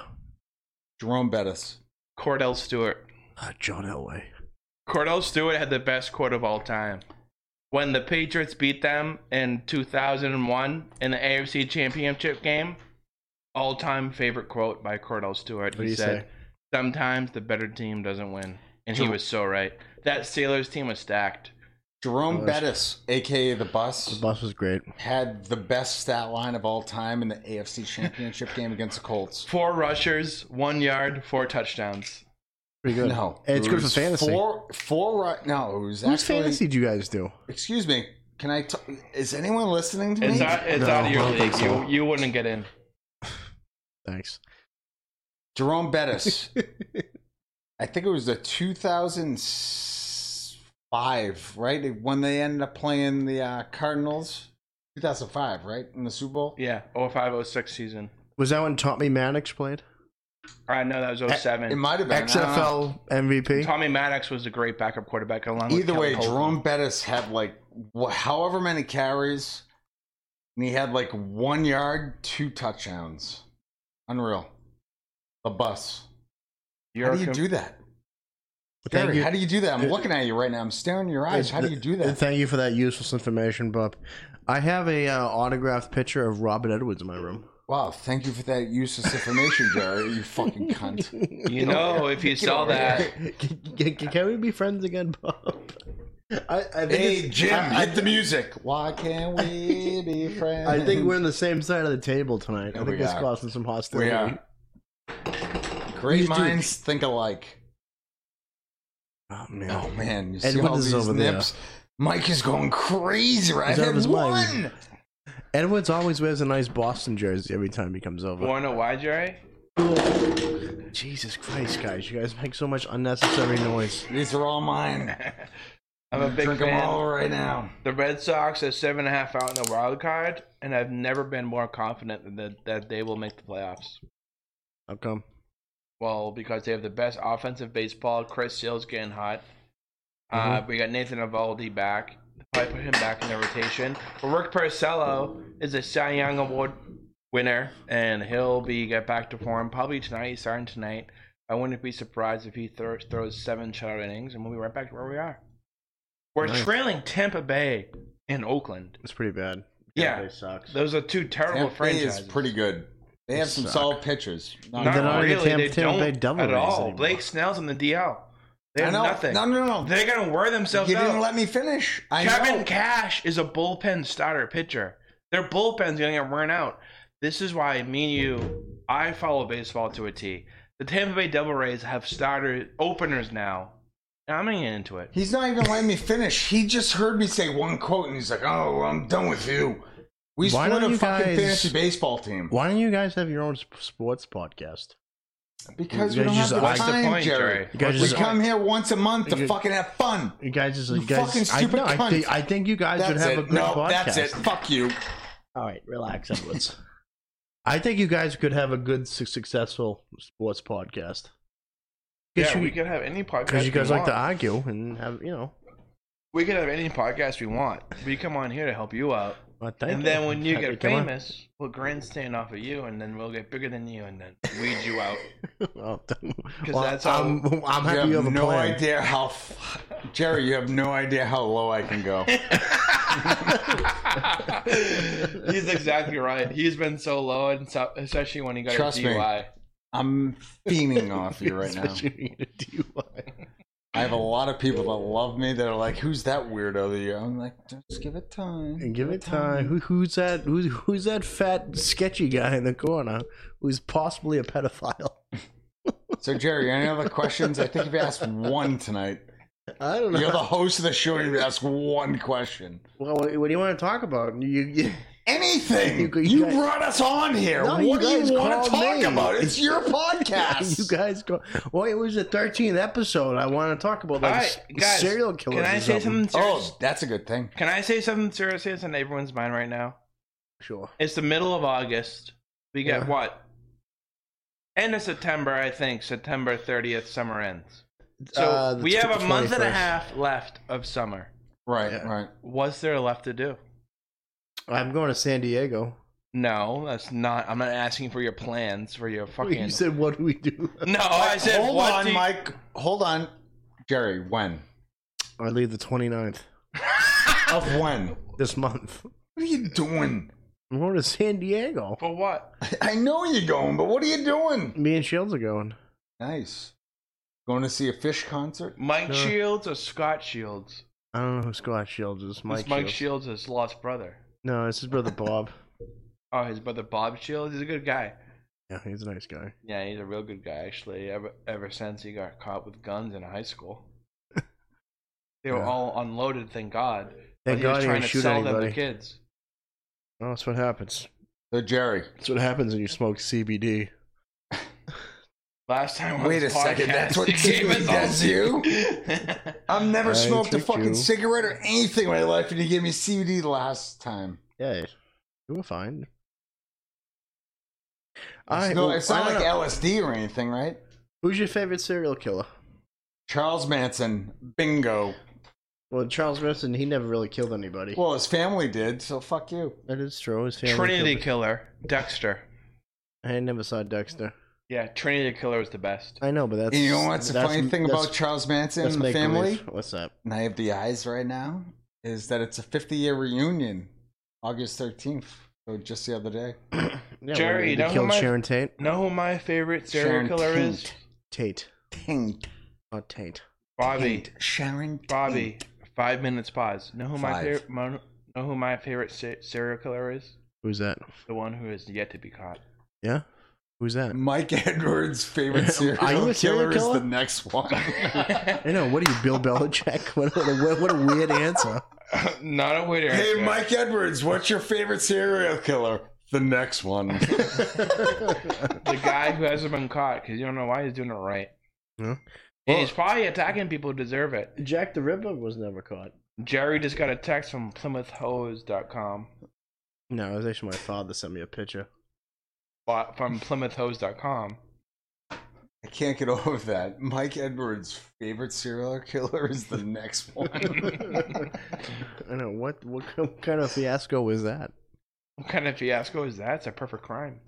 Speaker 4: Jerome Bettis.
Speaker 3: Cordell Stewart.
Speaker 2: Uh, John Elway.
Speaker 3: Cordell Stewart had the best quarter of all time. When the Patriots beat them in 2001 in the AFC Championship game, all time favorite quote by Cordell Stewart.
Speaker 2: What do
Speaker 3: He
Speaker 2: you
Speaker 3: said,
Speaker 2: say?
Speaker 3: Sometimes the better team doesn't win. And he
Speaker 4: Sure.
Speaker 3: was so right. That Steelers team was stacked.
Speaker 4: Jerome
Speaker 2: Oh, that's-
Speaker 4: Bettis, aka the bus,
Speaker 2: The bus was great.
Speaker 4: had the best stat line of all time in the AFC Championship game against the Colts.
Speaker 3: Four rushers, one yard, four touchdowns.
Speaker 2: Pretty good.
Speaker 4: No,
Speaker 2: Hey, it's
Speaker 4: It
Speaker 2: good for
Speaker 4: was
Speaker 2: fantasy.
Speaker 4: Four, four. ri- No, it was
Speaker 2: Whose
Speaker 4: actually.
Speaker 2: fantasy do you guys do?
Speaker 4: Excuse me. Can I? T- is anyone listening to
Speaker 3: It's,
Speaker 4: me?
Speaker 3: out, it's
Speaker 2: No,
Speaker 3: out of
Speaker 2: I
Speaker 3: your
Speaker 2: don't
Speaker 3: league.
Speaker 2: think so.
Speaker 3: You, you wouldn't get in.
Speaker 2: Thanks.
Speaker 4: Jerome Bettis. I think it was the 2005, right? When they ended up playing the uh, Cardinals. 2005, right? In the Super Bowl?
Speaker 3: Yeah, 0506 season.
Speaker 2: Was that when Tommy Maddox played?
Speaker 3: I know that was 07.
Speaker 4: It might have been. I don't know.
Speaker 2: XFL MVP.
Speaker 3: Tommy Maddox was a great backup quarterback along with
Speaker 4: Either
Speaker 3: Kevin
Speaker 4: way,
Speaker 3: Holden.
Speaker 4: Jerome Bettis had like wh- however many carries, and he had like one yard, two touchdowns. Unreal. The bus.
Speaker 3: You're
Speaker 4: How do
Speaker 3: a
Speaker 4: you
Speaker 3: com-
Speaker 4: do that?
Speaker 2: Thank
Speaker 4: Gary,
Speaker 2: you.
Speaker 4: how do you do that? I'm
Speaker 2: It-
Speaker 4: looking at you right now. I'm staring in your eyes. How do you do
Speaker 2: And
Speaker 4: that?
Speaker 2: Thank you for that useless information, Bob. I have a uh, autographed picture of Robin Edwards in my
Speaker 4: [LAUGHS]
Speaker 2: room.
Speaker 4: Wow, thank you for that useless information, Jerry. You fucking
Speaker 2: [LAUGHS]
Speaker 4: cunt. [LAUGHS]
Speaker 3: You know, if you saw
Speaker 4: Uh,
Speaker 3: that,
Speaker 2: Can, can- can we be friends again, Bob? I, I think
Speaker 4: Hey,
Speaker 2: it's-
Speaker 4: Jim,
Speaker 2: I, I
Speaker 4: hit the music. Why can't we be
Speaker 2: [LAUGHS]
Speaker 4: friends?
Speaker 2: I think we're on the same side of the table tonight. I
Speaker 4: Yeah,
Speaker 2: think
Speaker 4: we
Speaker 2: this
Speaker 4: are.
Speaker 2: causing some hostility.
Speaker 4: Oh we are. Great
Speaker 2: You do-
Speaker 4: minds think alike.
Speaker 2: Oh man.
Speaker 4: Oh man, you
Speaker 2: Ed
Speaker 4: see all
Speaker 2: Wood is
Speaker 4: these
Speaker 2: over there.
Speaker 4: nips. Mike is going crazy right
Speaker 2: He's out of
Speaker 4: now.
Speaker 2: his mind.
Speaker 4: One.
Speaker 2: Edwards always wears a nice Boston jersey every time he comes over.
Speaker 3: want to know why, Jerry?
Speaker 2: Jesus Christ, guys! You guys make so much unnecessary noise.
Speaker 4: These are all mine.
Speaker 3: [LAUGHS] I'm a big
Speaker 4: Drink
Speaker 3: fan.
Speaker 4: them all right now.
Speaker 3: The Red Sox are seven and a half out in the wild card, and I've never been more confident that that they will make the playoffs.
Speaker 2: How come?
Speaker 3: Well, because they have the best offensive baseball. Chris Sale's getting hot. Uh,
Speaker 4: Mm-hmm.
Speaker 3: we got Nathan Avaldi back. Probably put him back in the rotation. But Rick Parcello is a Cy Young Award winner, and he'll be get back to form probably tonight. He's starting tonight. I wouldn't be surprised if he thro- throws seven shutout innings, and we'll be right back to where we are. We're
Speaker 2: Nice.
Speaker 3: trailing Tampa Bay and Oakland.
Speaker 2: It's pretty bad.
Speaker 3: Yeah.
Speaker 2: It sucks.
Speaker 3: Those are two terrible
Speaker 4: Tampa Bay is
Speaker 3: franchises.
Speaker 4: pretty good. They
Speaker 2: They
Speaker 4: have some
Speaker 2: suck.
Speaker 4: solid pitchers.
Speaker 3: Not,
Speaker 2: They're not even
Speaker 3: really.
Speaker 2: Tampa-
Speaker 3: they
Speaker 2: Tampa Bay
Speaker 3: don't
Speaker 2: Devil
Speaker 3: at
Speaker 2: Rays
Speaker 3: all.
Speaker 2: anymore.
Speaker 3: Blake Snell's on the DL. They
Speaker 4: I
Speaker 3: have
Speaker 4: know.
Speaker 3: nothing.
Speaker 4: No, no, no.
Speaker 3: They're gonna wear themselves
Speaker 4: you
Speaker 3: out.
Speaker 4: didn't let me finish. I
Speaker 3: Kevin
Speaker 4: know.
Speaker 3: Cash is a bullpen starter pitcher. Their bullpen's gonna get worn out. This is why me and you, I follow baseball to a T. The Tampa Bay Devil Rays have starter openers now. And I'm gonna get into it.
Speaker 4: He's not even letting me finish. He just heard me say one quote and he's like, "Oh, I'm done with you." We
Speaker 2: Why
Speaker 4: split
Speaker 2: don't
Speaker 4: a
Speaker 2: you
Speaker 4: fucking
Speaker 2: guys-
Speaker 4: fantasy baseball team
Speaker 2: Why don't you guys have your own sp- sports podcast?
Speaker 4: because
Speaker 2: You
Speaker 4: we
Speaker 2: guys
Speaker 4: don't have
Speaker 2: just-
Speaker 4: the
Speaker 2: What's
Speaker 3: the
Speaker 4: time,
Speaker 3: point, Jerry?
Speaker 4: Jerry.
Speaker 2: You guys
Speaker 4: We
Speaker 2: just-
Speaker 4: come here once a month to
Speaker 2: You-
Speaker 4: fucking have fun.
Speaker 2: You guys just
Speaker 4: You
Speaker 2: you guys,
Speaker 4: fucking stupid
Speaker 2: I, no, I,
Speaker 4: cunt.
Speaker 2: think, I think you guys would
Speaker 4: That's
Speaker 2: have
Speaker 4: it.
Speaker 2: a good
Speaker 4: no,
Speaker 2: podcast.
Speaker 4: that's it. Fuck you.
Speaker 2: All right, relax, Edwards. [LAUGHS] I think you guys could have a good, su- successful sports podcast.
Speaker 3: Yeah,
Speaker 2: Because
Speaker 3: we could have any podcast.
Speaker 2: you, guys
Speaker 3: we
Speaker 2: like to
Speaker 3: want.
Speaker 2: argue and have, you know.
Speaker 3: We could have any podcast we want. We come on here to help you out.
Speaker 2: well, thank
Speaker 3: and then when you
Speaker 2: Thank
Speaker 3: get
Speaker 2: come on.
Speaker 3: famous, we'll grandstand off of you, and then we'll get bigger than you, and then weed you
Speaker 4: [LAUGHS]
Speaker 3: out.
Speaker 2: [LAUGHS] well,
Speaker 3: that's all-
Speaker 2: I'm, I'm happy you,
Speaker 4: you
Speaker 2: have
Speaker 4: have
Speaker 2: a
Speaker 4: no
Speaker 2: plan.
Speaker 4: idea how, f- Jerry. You have no idea how low I can go.
Speaker 3: He's exactly right. He's been so low, and so, especially when he got
Speaker 4: Trust
Speaker 3: a
Speaker 4: me.
Speaker 3: DUI.
Speaker 4: I'm fiending off
Speaker 2: [LAUGHS]
Speaker 4: you right now.
Speaker 2: Especially when you get a DUI.
Speaker 4: I have a lot of people that love me that are like, "Who's that weirdo?" That you? I'm like, just give it time.
Speaker 2: [LAUGHS] And give it time. Who, who's that? Who's, who's that fat, sketchy guy in the corner who's possibly a pedophile? [LAUGHS]
Speaker 4: So, Jerry, any other questions? I think you've asked one tonight.
Speaker 2: I don't know.
Speaker 4: [LAUGHS] You're the host of the show. You ask one question.
Speaker 2: well, what, what do you want to talk about? You, you, [LAUGHS]
Speaker 4: Anything.
Speaker 2: You-
Speaker 4: You,
Speaker 2: you guys-
Speaker 4: brought us on here.
Speaker 2: No, you
Speaker 4: what do
Speaker 2: guys
Speaker 4: you want
Speaker 2: called
Speaker 4: to talk
Speaker 2: me.
Speaker 4: about?
Speaker 2: [LAUGHS]
Speaker 4: It's your podcast.
Speaker 2: you guys go. Well, it was the 13th episode. I want to talk about
Speaker 3: All
Speaker 2: like
Speaker 3: right,
Speaker 2: s-
Speaker 3: guys.
Speaker 2: serial killers.
Speaker 3: Can I
Speaker 2: or
Speaker 3: say something serious?
Speaker 4: [LAUGHS] oh, that's a good thing.
Speaker 3: Can I say something serious that's in everyone's mind right now?
Speaker 2: Sure.
Speaker 3: It's the middle of August. We get
Speaker 2: Yeah.
Speaker 3: what? End of September, I think. September 30th, summer ends. So
Speaker 2: uh, the
Speaker 3: we have a
Speaker 2: tw-
Speaker 3: month and a
Speaker 2: 21st.
Speaker 3: half left of summer.
Speaker 4: Right,
Speaker 2: Yeah.
Speaker 4: right.
Speaker 3: What's there left to do?
Speaker 2: I'm going to San Diego.
Speaker 3: No, that's not. I'm not asking for your plans for your
Speaker 2: [LAUGHS]
Speaker 3: fucking.
Speaker 2: You said, "What do we do?"
Speaker 3: [LAUGHS]
Speaker 2: [LAUGHS]
Speaker 3: no, I said.
Speaker 4: Hold
Speaker 3: what
Speaker 4: on,
Speaker 3: do you-
Speaker 4: Mike. Hold on. Jerry, when?
Speaker 2: I leave the 29th
Speaker 4: Of when? What
Speaker 2: this month.
Speaker 4: are you doing?
Speaker 2: I'm going to San Diego.
Speaker 3: For what?
Speaker 4: I know you're going, but what are you doing?
Speaker 2: Me and Shields are going.
Speaker 4: Nice. Going to see a fish concert?
Speaker 3: Mike
Speaker 2: No.
Speaker 3: Shields or Scott Shields?
Speaker 2: I don't know who Scott Shields is. Mike.
Speaker 3: Mike, Mike
Speaker 2: Shields.
Speaker 3: Shields is lost brother.
Speaker 2: No, it's his brother Bob.
Speaker 3: Oh, his brother Bob Shields. He's a good guy.
Speaker 2: yeah, he's a nice guy.
Speaker 3: Yeah, he's a real good guy actually. Ever ever since he got caught with guns in
Speaker 2: [LAUGHS]
Speaker 3: high school, they were
Speaker 2: Yeah.
Speaker 3: all unloaded. Thank God.
Speaker 2: Thank
Speaker 3: But
Speaker 2: God he
Speaker 3: trying
Speaker 2: didn't
Speaker 3: to
Speaker 2: shoot
Speaker 3: sell them
Speaker 2: anybody.
Speaker 3: to kids.
Speaker 2: Oh, that's what happens.
Speaker 4: So, Jerry.
Speaker 2: That's what happens when you smoke CBD.
Speaker 3: Last time on
Speaker 4: Wait
Speaker 3: this
Speaker 4: a second,
Speaker 3: podcast,
Speaker 4: that's what
Speaker 3: he gave
Speaker 4: TV
Speaker 3: us
Speaker 4: does
Speaker 3: all-
Speaker 4: you?
Speaker 3: [LAUGHS]
Speaker 4: I've never
Speaker 2: I
Speaker 4: smoked a
Speaker 2: tricked
Speaker 4: fucking
Speaker 2: you.
Speaker 4: cigarette or anything in my life, and you gave me CBD last time.
Speaker 2: Yeah, you were fine. All
Speaker 4: It's,
Speaker 2: right,
Speaker 4: no,
Speaker 2: well,
Speaker 4: it's not
Speaker 2: I don't
Speaker 4: like
Speaker 2: know.
Speaker 4: LSD or anything, right?
Speaker 2: who's your favorite serial killer?
Speaker 4: Charles Manson, bingo.
Speaker 2: Well, Charles Manson, he never really killed anybody.
Speaker 4: Well, his family did, so fuck you.
Speaker 2: that is true. His family
Speaker 3: Trinity
Speaker 2: killed-
Speaker 3: Killer, Dexter.
Speaker 2: I never saw Dexter.
Speaker 3: Yeah, Trinity Killer is the best.
Speaker 2: I know, but that's
Speaker 4: And you know what's the
Speaker 2: that's-
Speaker 4: funny thing
Speaker 2: that's-
Speaker 4: about Charles Manson
Speaker 2: that's
Speaker 4: and the family?
Speaker 2: make-believe. What's that?
Speaker 4: And I have the eyes right now, is that it's a 50 year reunion, August 13th. So just the other day.
Speaker 2: Yeah,
Speaker 3: Jerry,
Speaker 2: when
Speaker 3: you
Speaker 2: they
Speaker 3: know who
Speaker 2: killed
Speaker 3: my-
Speaker 2: Sharon Tate.
Speaker 3: Know who my favorite serial
Speaker 4: Sharon
Speaker 3: killer is?
Speaker 4: Tate.
Speaker 2: Tate,
Speaker 4: Taint.
Speaker 2: not Tate.
Speaker 3: Bobby.
Speaker 4: Taint. Sharon. Taint.
Speaker 3: Bobby. Five minutes pause. Know who my
Speaker 4: Five.
Speaker 3: favorite? Know who my favorite se- serial killer is?
Speaker 2: Who's that?
Speaker 3: The one who is yet to be [LAUGHS] caught.
Speaker 2: Yeah, who's that?
Speaker 4: Mike Edwards' favorite serial,
Speaker 2: [LAUGHS] Are you a serial
Speaker 4: killer,
Speaker 2: killer?
Speaker 4: is the next
Speaker 2: [LAUGHS]
Speaker 4: one.
Speaker 2: I know. What are you, Bill Belichick? [LAUGHS] What a, what a- what a weird
Speaker 4: [LAUGHS]
Speaker 2: answer.
Speaker 3: Not a winner.
Speaker 4: hey, Mike Edwards, what's your favorite serial killer? The
Speaker 2: [LAUGHS]
Speaker 4: next one.
Speaker 3: The guy who hasn't been caught because you don't know why he's doing it right.
Speaker 2: Yeah.
Speaker 3: And he's probably attacking people who deserve it.
Speaker 2: Jack the Ripper was never caught.
Speaker 3: Jerry just got a text from PlymouthHose.com.
Speaker 2: No, it was actually my father sent me a [LAUGHS] picture.
Speaker 3: Bought from [LAUGHS]
Speaker 4: [LAUGHS]
Speaker 3: PlymouthHose.com.
Speaker 4: I can't get [LAUGHS] over that. Mike Edwards' favorite serial killer is the next one.
Speaker 3: [LAUGHS]
Speaker 2: I know what what kind of fiasco was that?
Speaker 3: What kind of fiasco is that? It's a perfect crime.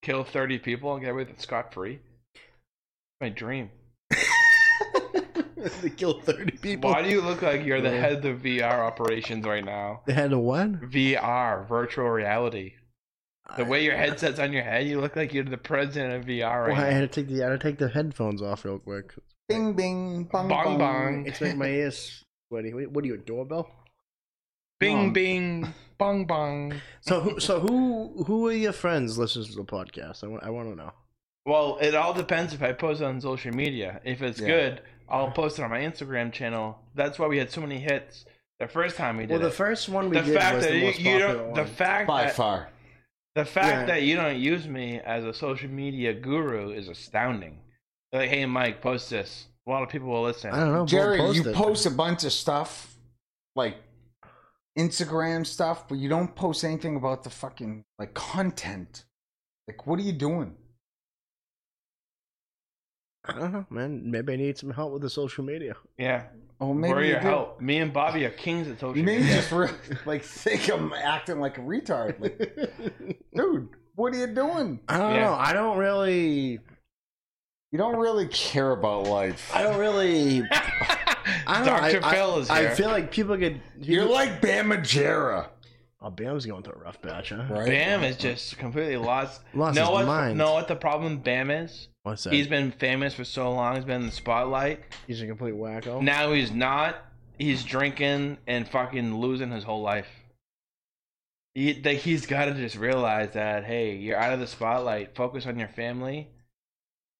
Speaker 3: Kill 30 people and get away with it scot free. My dream.
Speaker 2: [LAUGHS] they killed thirty people.
Speaker 3: Why do you look like you're the head of VR operations right now?
Speaker 2: [LAUGHS] They had a what?
Speaker 3: VR, virtual reality. The
Speaker 2: I-
Speaker 3: way your headset's on your head, you look like you're the president of VR
Speaker 2: Well, I
Speaker 3: right
Speaker 2: had to take the I had to take the headphones off real quick.
Speaker 4: bing, bing, bong,
Speaker 3: Bong,
Speaker 4: bong.
Speaker 3: bong.
Speaker 2: It's making my ears sweaty. Wait, what are you, a doorbell?
Speaker 3: Bing,
Speaker 4: No.
Speaker 3: bing,
Speaker 2: [LAUGHS]
Speaker 3: bong, bong.
Speaker 2: So, who, so who who are your friends listens to the podcast? I want, I want to know.
Speaker 3: Well, it all depends if I post it on social media. If it's
Speaker 4: Yeah.
Speaker 3: good, I'll post it on my Instagram channel. That's why we had so many hits the first time we did
Speaker 2: Well, the
Speaker 3: it.
Speaker 2: first one we
Speaker 3: the
Speaker 2: did
Speaker 3: fact
Speaker 2: was
Speaker 3: that
Speaker 2: the
Speaker 3: you,
Speaker 2: most
Speaker 3: you
Speaker 2: popular
Speaker 3: don't,
Speaker 2: one.
Speaker 3: the fact
Speaker 4: By
Speaker 3: that,
Speaker 4: far.
Speaker 3: the fact
Speaker 2: Yeah.
Speaker 3: that you don't use me as a social media guru is astounding. They're like, hey, Mike, post this. A lot of people will listen.
Speaker 2: I don't know.
Speaker 4: Jerry,
Speaker 2: Paul
Speaker 4: you
Speaker 2: posted.
Speaker 4: post a bunch of stuff, like Instagram stuff, but you don't post anything about the fucking like content. Like, what are you doing?
Speaker 2: I don't know, man. Maybe I need some help with the social [LAUGHS] media.
Speaker 3: Yeah.
Speaker 4: Oh, maybe
Speaker 3: Where are
Speaker 4: you
Speaker 3: your
Speaker 4: do.
Speaker 3: help? Me and Bobby are kings at social [LAUGHS]
Speaker 4: Maybe
Speaker 3: media.
Speaker 4: just re- like think I'm acting like a retard. Like, dude, what are you doing?
Speaker 2: I don't
Speaker 3: Yeah.
Speaker 2: know. I don't really.
Speaker 4: You don't really care about life.
Speaker 2: I don't really. I don't know,
Speaker 3: Dr.
Speaker 2: I- I-
Speaker 3: Phil is here.
Speaker 2: I feel like people get.
Speaker 4: You're like Bam Majera,
Speaker 2: oh, Bam's going through a rough batch, huh?
Speaker 4: right?
Speaker 3: Bam is just completely lost.
Speaker 2: Lost
Speaker 3: know
Speaker 2: his
Speaker 3: what?
Speaker 2: mind.
Speaker 3: Know what the problem Bam is?
Speaker 2: What's that?
Speaker 3: He's been famous for so long. He's been in the spotlight.
Speaker 2: He's a complete wacko.
Speaker 3: Now he's not. He's drinking and fucking losing his whole life. He, like he's got to just realize that hey, you're out of the spotlight. Focus on your family.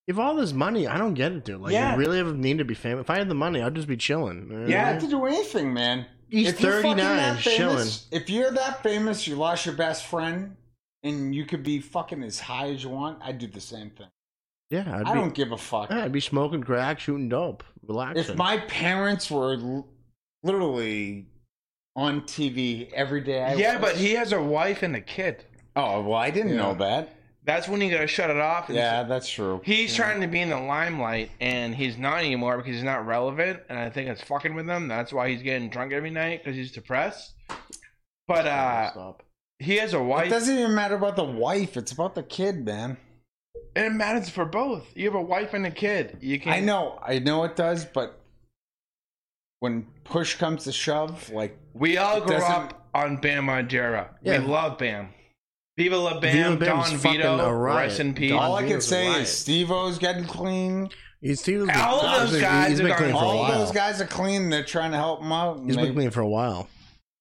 Speaker 2: If all this money, I don't get it, dude. Like,
Speaker 3: Yeah.
Speaker 2: I really ever need to be famous. If I had the money, I'd just be chilling. you know what I
Speaker 4: You
Speaker 3: Yeah.
Speaker 4: don't
Speaker 2: mean?
Speaker 4: have to do anything, man.
Speaker 2: Mm-hmm. He's
Speaker 4: If you're fucking
Speaker 2: 39,
Speaker 4: that
Speaker 2: chilling.
Speaker 4: famous- If you're that famous, you lost your best friend, and you could be fucking as high as you want, I'd do the same thing.
Speaker 2: Yeah, I'd
Speaker 4: I
Speaker 2: be,
Speaker 4: don't give a fuck.
Speaker 2: yeah, I'd be smoking crack, shooting dope, relaxing.
Speaker 4: if my parents were l- literally on TV every day, I
Speaker 3: yeah,
Speaker 4: was-
Speaker 3: but he has a wife and a kid.
Speaker 4: Oh well, I didn't
Speaker 2: Yeah.
Speaker 4: know that.
Speaker 3: That's when you gotta shut it off. And
Speaker 4: Yeah, that's true.
Speaker 3: He's trying to be in the limelight, and he's not anymore because he's not relevant. And I think it's fucking with him. That's why he's getting drunk every night because he's depressed. But uh,
Speaker 2: Stop.
Speaker 3: he has a
Speaker 4: It
Speaker 3: wife.
Speaker 4: doesn't even matter about the wife. It's about the kid, man.
Speaker 3: and it matters for both. You have a wife and a kid. You can.
Speaker 4: I know, I know it does, but when push comes to shove, like
Speaker 3: We all
Speaker 4: It
Speaker 3: grew
Speaker 4: doesn't-
Speaker 3: up on Bam Margera.
Speaker 2: Yeah.
Speaker 3: We love Bam. Viva
Speaker 2: Viva
Speaker 3: La Bam,
Speaker 2: Bam
Speaker 3: Don
Speaker 2: is fucking
Speaker 3: Vito,
Speaker 2: a riot.
Speaker 3: rest in peace.
Speaker 2: Don-
Speaker 4: all I
Speaker 2: Vito's
Speaker 4: can
Speaker 2: a
Speaker 4: say
Speaker 2: riot.
Speaker 4: is Steve O's getting clean.
Speaker 2: He's, he was,
Speaker 3: All of those
Speaker 2: he's been-
Speaker 3: guys
Speaker 2: he's
Speaker 3: are
Speaker 2: been
Speaker 3: gone
Speaker 2: clean for a
Speaker 4: All
Speaker 2: while.
Speaker 4: those guys are clean. They're trying to help him out. and
Speaker 2: he's
Speaker 4: they-
Speaker 2: been clean for a while.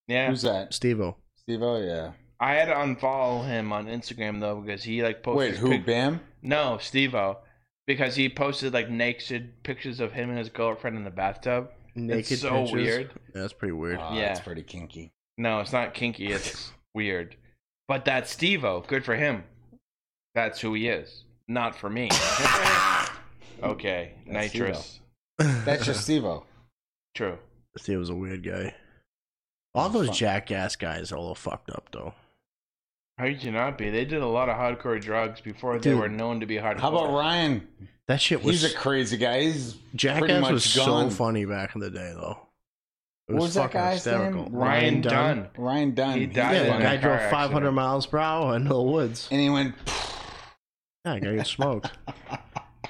Speaker 3: yeah,
Speaker 4: Who's that?
Speaker 2: Steve-O.
Speaker 4: Steve O, yeah.
Speaker 3: I had to unfollow him on Instagram though because he like posted.
Speaker 4: Wait, who?
Speaker 3: pic-
Speaker 4: Bam?
Speaker 3: No, Steve-O, because he posted like naked pictures of him and his girlfriend in the bathtub.
Speaker 2: Naked
Speaker 3: it's so
Speaker 2: pictures.
Speaker 3: weird.
Speaker 2: Yeah, that's pretty weird.
Speaker 4: Aw,
Speaker 3: Yeah.
Speaker 4: Oh, That's pretty kinky.
Speaker 3: No, it's not kinky. It's weird. But that's Steve-O. Good for him. That's who he is. Not for me. okay,
Speaker 4: That's
Speaker 3: nitrous.
Speaker 2: [LAUGHS]
Speaker 4: That's just Steve O.
Speaker 3: True.
Speaker 2: Steve was a weird guy. All those
Speaker 4: Fuck.
Speaker 2: jackass guys are a little fucked up though.
Speaker 3: How could you not be? They did a lot of hardcore drugs before they
Speaker 2: Dude.
Speaker 3: were known to be hardcore.
Speaker 4: How about Ryan?
Speaker 2: That shit was
Speaker 4: He's a crazy guy. He's pretty
Speaker 2: jackass
Speaker 4: much
Speaker 2: was
Speaker 4: gone.
Speaker 2: so funny back in the day though. It
Speaker 4: What was that
Speaker 2: fucking
Speaker 4: guy's name?
Speaker 2: hysterical.
Speaker 3: Ryan, Dunn?
Speaker 4: Ryan Dunn.
Speaker 3: He
Speaker 4: He's
Speaker 3: died
Speaker 2: Yeah,
Speaker 3: in
Speaker 2: that
Speaker 4: funny.
Speaker 3: a
Speaker 2: guy
Speaker 3: car
Speaker 2: drove 500
Speaker 3: accident.
Speaker 2: miles per hour into the
Speaker 4: [LAUGHS]
Speaker 2: woods.
Speaker 4: And he went.
Speaker 2: Yeah, guy got smoked.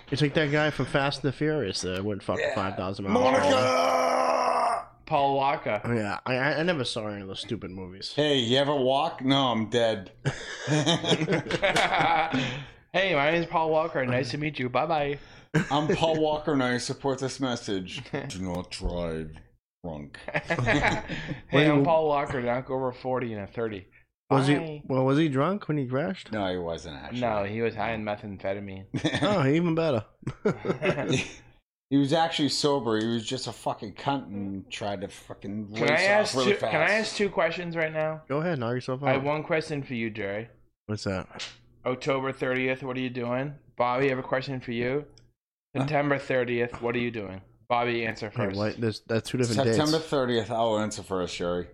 Speaker 2: it's like that guy from Fast and the Furious that went fucking
Speaker 4: Yeah.
Speaker 2: 5,000 miles. per hour. Oh,
Speaker 4: Monica.
Speaker 3: Paul Walker. [LAUGHS]
Speaker 2: Yeah, I, I I never saw any of those stupid movies.
Speaker 4: Hey, you ever walk? No, I'm dead. [LAUGHS]
Speaker 3: hey, my name's Paul Walker. Nice to meet you. Bye bye.
Speaker 4: I'm Paul Walker, and I support this message.
Speaker 2: [LAUGHS]
Speaker 4: Do not drive drunk.
Speaker 3: [LAUGHS] hey, I'm Paul Walker. Don't go over 40 and a 30.
Speaker 2: Was
Speaker 3: Bye.
Speaker 2: he? Well, was he drunk when he crashed?
Speaker 4: No, he wasn't actually.
Speaker 3: No, he was high in
Speaker 4: [LAUGHS]
Speaker 3: methamphetamine. [LAUGHS]
Speaker 2: Oh, even better.
Speaker 3: Can
Speaker 4: he was actually sober. He was just a fucking cunt and tried to fucking race
Speaker 3: I
Speaker 4: off
Speaker 3: ask
Speaker 4: really
Speaker 3: two,
Speaker 4: fast.
Speaker 3: Can I ask two questions right now?
Speaker 2: Go ahead, knock yourself out.
Speaker 3: I have one question for you, Jerry.
Speaker 2: What's that?
Speaker 3: October 30th, what are you doing? Bobby, I have a question for you. September 30th, what are you doing? Bobby, answer
Speaker 2: Hey,
Speaker 3: first.
Speaker 2: what? There's that's two different
Speaker 4: September
Speaker 2: dates.
Speaker 4: 30th. I'll answer first, Sherry.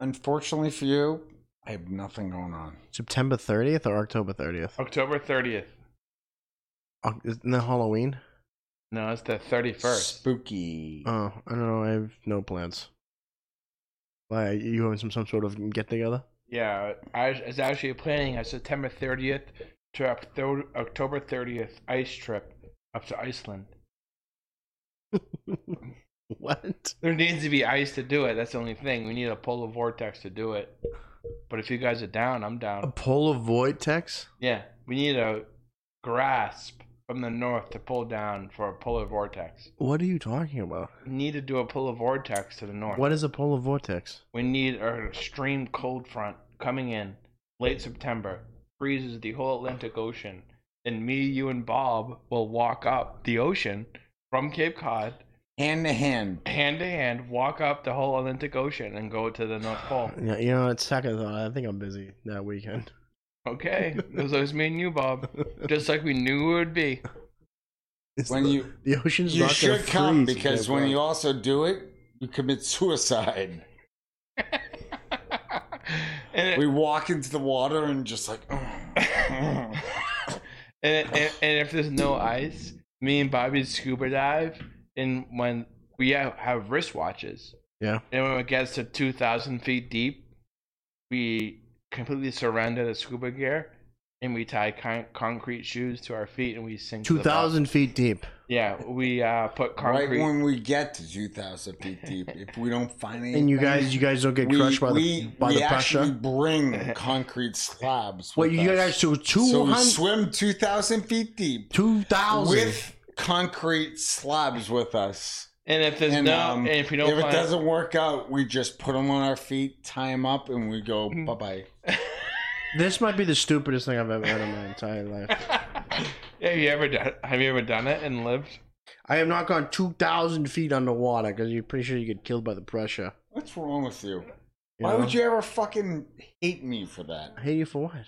Speaker 4: Unfortunately for you, I have nothing going on.
Speaker 2: September 30th or October 30th?
Speaker 3: October 30th.
Speaker 2: Oc- Isn't that Halloween?
Speaker 3: No, it's the 31st.
Speaker 4: Spooky.
Speaker 2: Oh, I don't know. I have no plans. Why? Are you having some, some sort of get together? [LAUGHS]
Speaker 3: Yeah, I was actually planning a September 30th to Octo- October 30th ice trip up to Iceland.
Speaker 2: What?
Speaker 3: There needs to be ice to do it. That's the only thing. We need a polar vortex to do it. But if you guys are down, I'm
Speaker 2: A
Speaker 3: down.
Speaker 2: polar void text?
Speaker 3: Yeah, we need a grasp from the north to pull down for a polar vortex.
Speaker 2: What are you talking about?
Speaker 3: We need to do a polar vortex to the north.
Speaker 2: What is a polar vortex?
Speaker 3: We need an extreme cold front coming in late September, freezes the whole Atlantic Ocean, and me, you, and Bob will walk up the ocean from Cape Cod,
Speaker 4: Hand to hand.
Speaker 3: hand to hand, walk up the whole Atlantic Oceon and go to the North
Speaker 2: [LAUGHS]
Speaker 4: Oh.
Speaker 3: Pole.
Speaker 2: Yeah, you know, it's second thought. I think I'm busy that weekend. [LAUGHS]
Speaker 3: Okay, it was always me and you, Bob, just like we knew it would be. [LAUGHS]
Speaker 2: It's
Speaker 4: When
Speaker 2: the,
Speaker 4: you
Speaker 2: the ocean's
Speaker 4: you
Speaker 2: not gonna
Speaker 4: should come
Speaker 2: freeze
Speaker 4: because
Speaker 2: Cape
Speaker 4: when
Speaker 2: Cod.
Speaker 4: you also do it, you commit suicide.
Speaker 3: and it-
Speaker 4: We walk into the water and just like. oh.
Speaker 3: [LAUGHS] and, and, and if there's no ice, me and Bobby scuba dive, and when we have, have wristwatches,
Speaker 2: yeah,
Speaker 3: and when it gets to 2,000 feet deep, we completely surrender the scuba gear, and we tie con- concrete shoes to our feet, and we sink. to the
Speaker 2: two
Speaker 3: bottom.
Speaker 2: thousand feet deep.
Speaker 3: Yeah, we uh, put concrete.
Speaker 4: Right when we get to 2,000 feet deep, if we don't find anything,
Speaker 2: And you guys, you guys don't get crushed by the by
Speaker 4: we
Speaker 2: the pressure.
Speaker 4: actually bring concrete slabs.
Speaker 2: Well,
Speaker 4: with
Speaker 2: you
Speaker 4: us.
Speaker 2: guys so
Speaker 4: so we
Speaker 2: 200,
Speaker 4: swim 2,000 feet deep
Speaker 2: 2,000.
Speaker 4: with concrete slabs with us.
Speaker 3: and if there's
Speaker 4: And,
Speaker 3: no,
Speaker 4: um,
Speaker 3: and if you don't
Speaker 4: if it
Speaker 3: find,
Speaker 4: doesn't work out, we just put them on our feet, tie them up, and we go bye bye.
Speaker 2: This might be the stupidest thing I've ever heard in my entire life.
Speaker 3: [LAUGHS] have you ever done? Have you ever done it and lived?
Speaker 2: I have not gone 2,000 feet underwater because you're pretty sure you get killed by the pressure.
Speaker 4: What's wrong with you?
Speaker 2: you
Speaker 4: Why
Speaker 2: know?
Speaker 4: would you ever fucking hate me for that?
Speaker 2: I hate you for what? A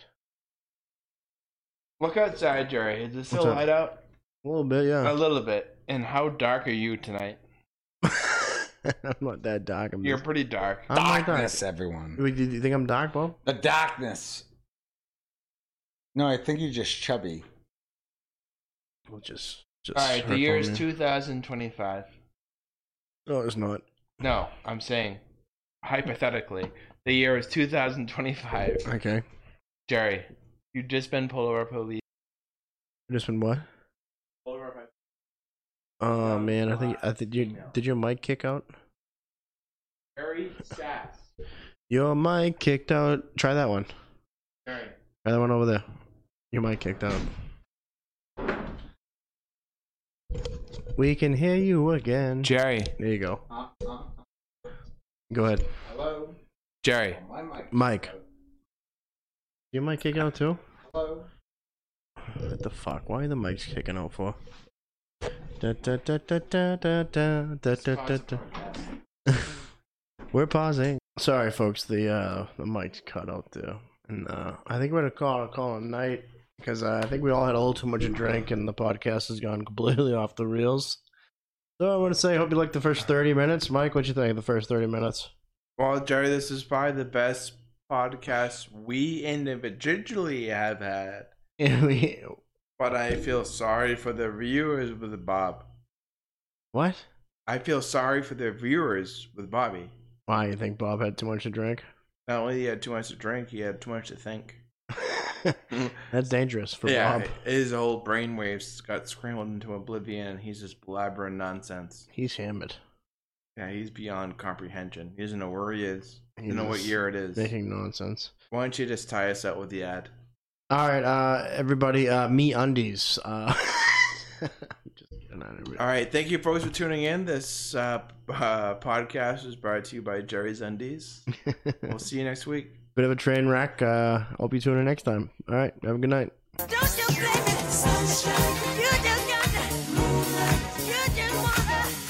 Speaker 3: Look outside, Jerry. Is it still
Speaker 2: What's up?
Speaker 3: light out?
Speaker 2: little bit,
Speaker 3: A
Speaker 2: yeah.
Speaker 3: little bit. And how dark are you tonight?
Speaker 2: [LAUGHS] I'm not that dark. I'm
Speaker 3: Uh, You're
Speaker 2: just-
Speaker 3: pretty dark.
Speaker 2: Oh Uh, I'm not dark.
Speaker 4: Darkness, everyone.
Speaker 2: Wait, Do you think I'm dark, Bob?
Speaker 4: The darkness. No, I think you're just chubby.
Speaker 2: We'll just. just
Speaker 3: All right, the
Speaker 2: hurt
Speaker 3: year
Speaker 2: on
Speaker 3: is
Speaker 2: you.
Speaker 3: 2025.
Speaker 2: No, it's not.
Speaker 3: No, I'm saying hypothetically, the year is 2025.
Speaker 2: Okay.
Speaker 3: Jerry, you've just been pulled over by police.
Speaker 2: Just been what?
Speaker 3: Pulled over by
Speaker 2: Oh
Speaker 3: No,
Speaker 2: man, I think
Speaker 3: uh,
Speaker 2: I think you
Speaker 3: email.
Speaker 2: did your mic kick out.
Speaker 3: Jerry Sass.
Speaker 2: Your mic kicked out. Try that one.
Speaker 3: Jerry.
Speaker 2: Try that one over there. Your mic kicked out. We can hear you again.
Speaker 3: Jerry.
Speaker 2: There you go.
Speaker 3: uh,
Speaker 2: Go ahead.
Speaker 4: Hello?
Speaker 3: Jerry.
Speaker 4: My mic.
Speaker 2: Mike. Your mic kick out too?
Speaker 4: Hello?
Speaker 2: What the fuck? Why are the mics kicking out for? Da, da, da, da, da, da, da, da, da, da, da. We're pausing. Sorry, folks. The uh, the mic's cut out there, and uh, I think we're gonna call it call it a night because uh, I think we all had a little too much to drink, and the podcast has gone [LAUGHS] completely off the reels. So I want to say, I hope you liked the first thirty minutes, Mike. What you think of the first thirty minutes? [LAUGHS]
Speaker 3: Well, Jerry, this is probably the best podcast we individually have had. But I feel sorry for the viewers with Bob.
Speaker 2: what?
Speaker 3: I feel sorry for the viewers with Bobby.
Speaker 2: Why you think Bob had too much to drink? [LAUGHS]
Speaker 3: Not only he had too much to drink, he had too much to think.
Speaker 2: That's dangerous [LAUGHS] for
Speaker 3: yeah,
Speaker 2: Bob.
Speaker 3: his whole brainwaves got scrambled into oblivion, and he's just blabbering nonsense.
Speaker 2: He's hammered,
Speaker 3: Yeah, he's beyond comprehension. He doesn't know where he is. He
Speaker 2: He
Speaker 3: doesn't know what
Speaker 2: is
Speaker 3: year it is.
Speaker 2: making nonsense.
Speaker 3: Why don't you just tie us out with the ad?
Speaker 2: All right, uh, everybody, uh, me undies. Uh, [LAUGHS] just kidding, I didn't
Speaker 3: All
Speaker 2: really-
Speaker 3: right, thank you, folks, for tuning in. This uh, uh, podcast is brought to you by
Speaker 2: [LAUGHS]
Speaker 3: Jerry's Undies. we'll see you next week.
Speaker 2: Bit of a train wreck. Uh, hope you tune in next time. All right, have a good night.
Speaker 1: Don't you blame it, sunshine. You just got the moonlight. You just wanna. Oh, Oh,